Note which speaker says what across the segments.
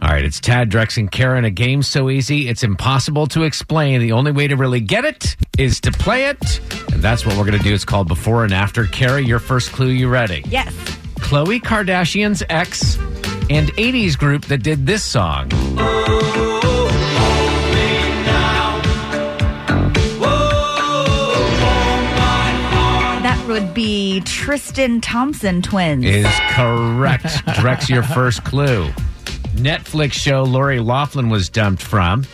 Speaker 1: All right, it's Tad, Drex, and Karen. A game so easy, it's impossible to explain. The only way to really get it is to play it. And that's what we're going to do. It's called Before and After. Carrie, your first clue, you ready?
Speaker 2: Yes.
Speaker 1: Chloe Kardashian's ex and 80s group that did this song.
Speaker 2: That would be Tristan Thompson twins.
Speaker 1: Is correct. Drex, your first clue. Netflix show Lori Laughlin was dumped from,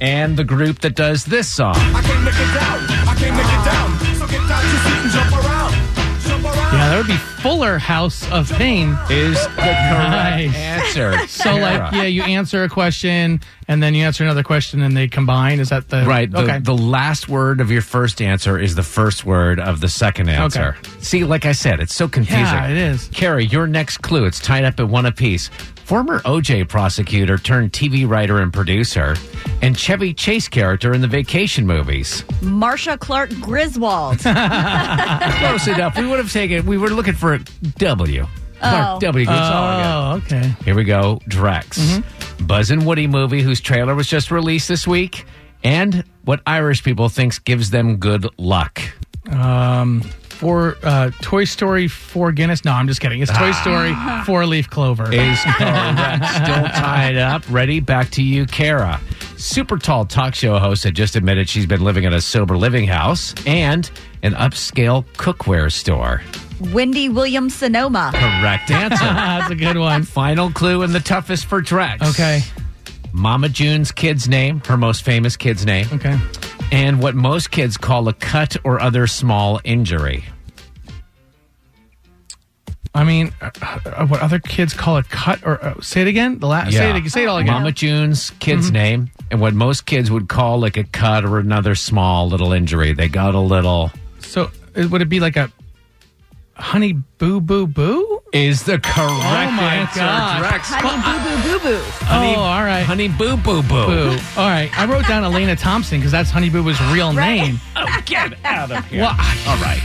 Speaker 1: and the group that does this song.
Speaker 3: I can't make it down. I can't make it down. So get out your seat and jump around. Jump around.
Speaker 4: Yeah, that would be Fuller House of Pain.
Speaker 1: Is the correct
Speaker 4: Nice.
Speaker 1: answer.
Speaker 4: So, like, yeah, you answer a question and then you answer another question and they combine. Is that the
Speaker 1: Right. The,
Speaker 4: okay.
Speaker 1: the last word of your first answer is the first word of the second answer. See, like I said, it's so confusing.
Speaker 4: Yeah, it is.
Speaker 1: Carrie, your next clue. It's tied up at one apiece. Former OJ prosecutor turned TV writer and producer, and Chevy Chase character in the vacation movies.
Speaker 2: Marsha Clark Griswold.
Speaker 1: Close enough. We would have taken, we were looking for a W. Clark
Speaker 2: Oh.
Speaker 1: W. That's all I got.
Speaker 4: oh, Mm-hmm. okay.
Speaker 1: Here we go, Drex. Buzz and Woody movie whose trailer was just released this week, and what Irish people thinks gives them good luck.
Speaker 4: Four, uh, Toy Story 4 Guinness. No, I'm just kidding. It's
Speaker 1: Ah.
Speaker 4: Toy Story 4 Leaf Clover.
Speaker 1: Is correct. Still tied up. Ready? Back to you, Kara. Super tall talk show host had just admitted she's been living in a sober living house and an upscale cookware store.
Speaker 2: Wendy Williams Sonoma.
Speaker 1: Correct answer.
Speaker 4: That's a good one.
Speaker 1: Final clue and the toughest for Drex.
Speaker 4: Okay.
Speaker 1: Mama June's kid's name, her most famous kid's name.
Speaker 4: Okay.
Speaker 1: and what most kids call a cut or other small injury.
Speaker 4: I mean, uh, uh, what other kids call it cut or uh, say it again? The last say it say it all again. Mm-hmm.
Speaker 1: Mama June's kid's name, and what most kids would call like a cut or another small little injury. They got a little
Speaker 4: So uh, would it be like a honey boo boo boo?
Speaker 1: is the correct
Speaker 4: Oh my
Speaker 1: answer.
Speaker 4: gosh.
Speaker 1: Drex.
Speaker 2: Honey Boo Boo Boo Boo.
Speaker 1: Honey,
Speaker 4: oh, all right.
Speaker 1: honey boo boo boo.
Speaker 4: Boo. All right. I wrote down Elena Thompson because that's Honey Boo Boo's real
Speaker 2: Right.
Speaker 4: name.
Speaker 1: Oh, get out of here.
Speaker 4: Why?
Speaker 1: All right.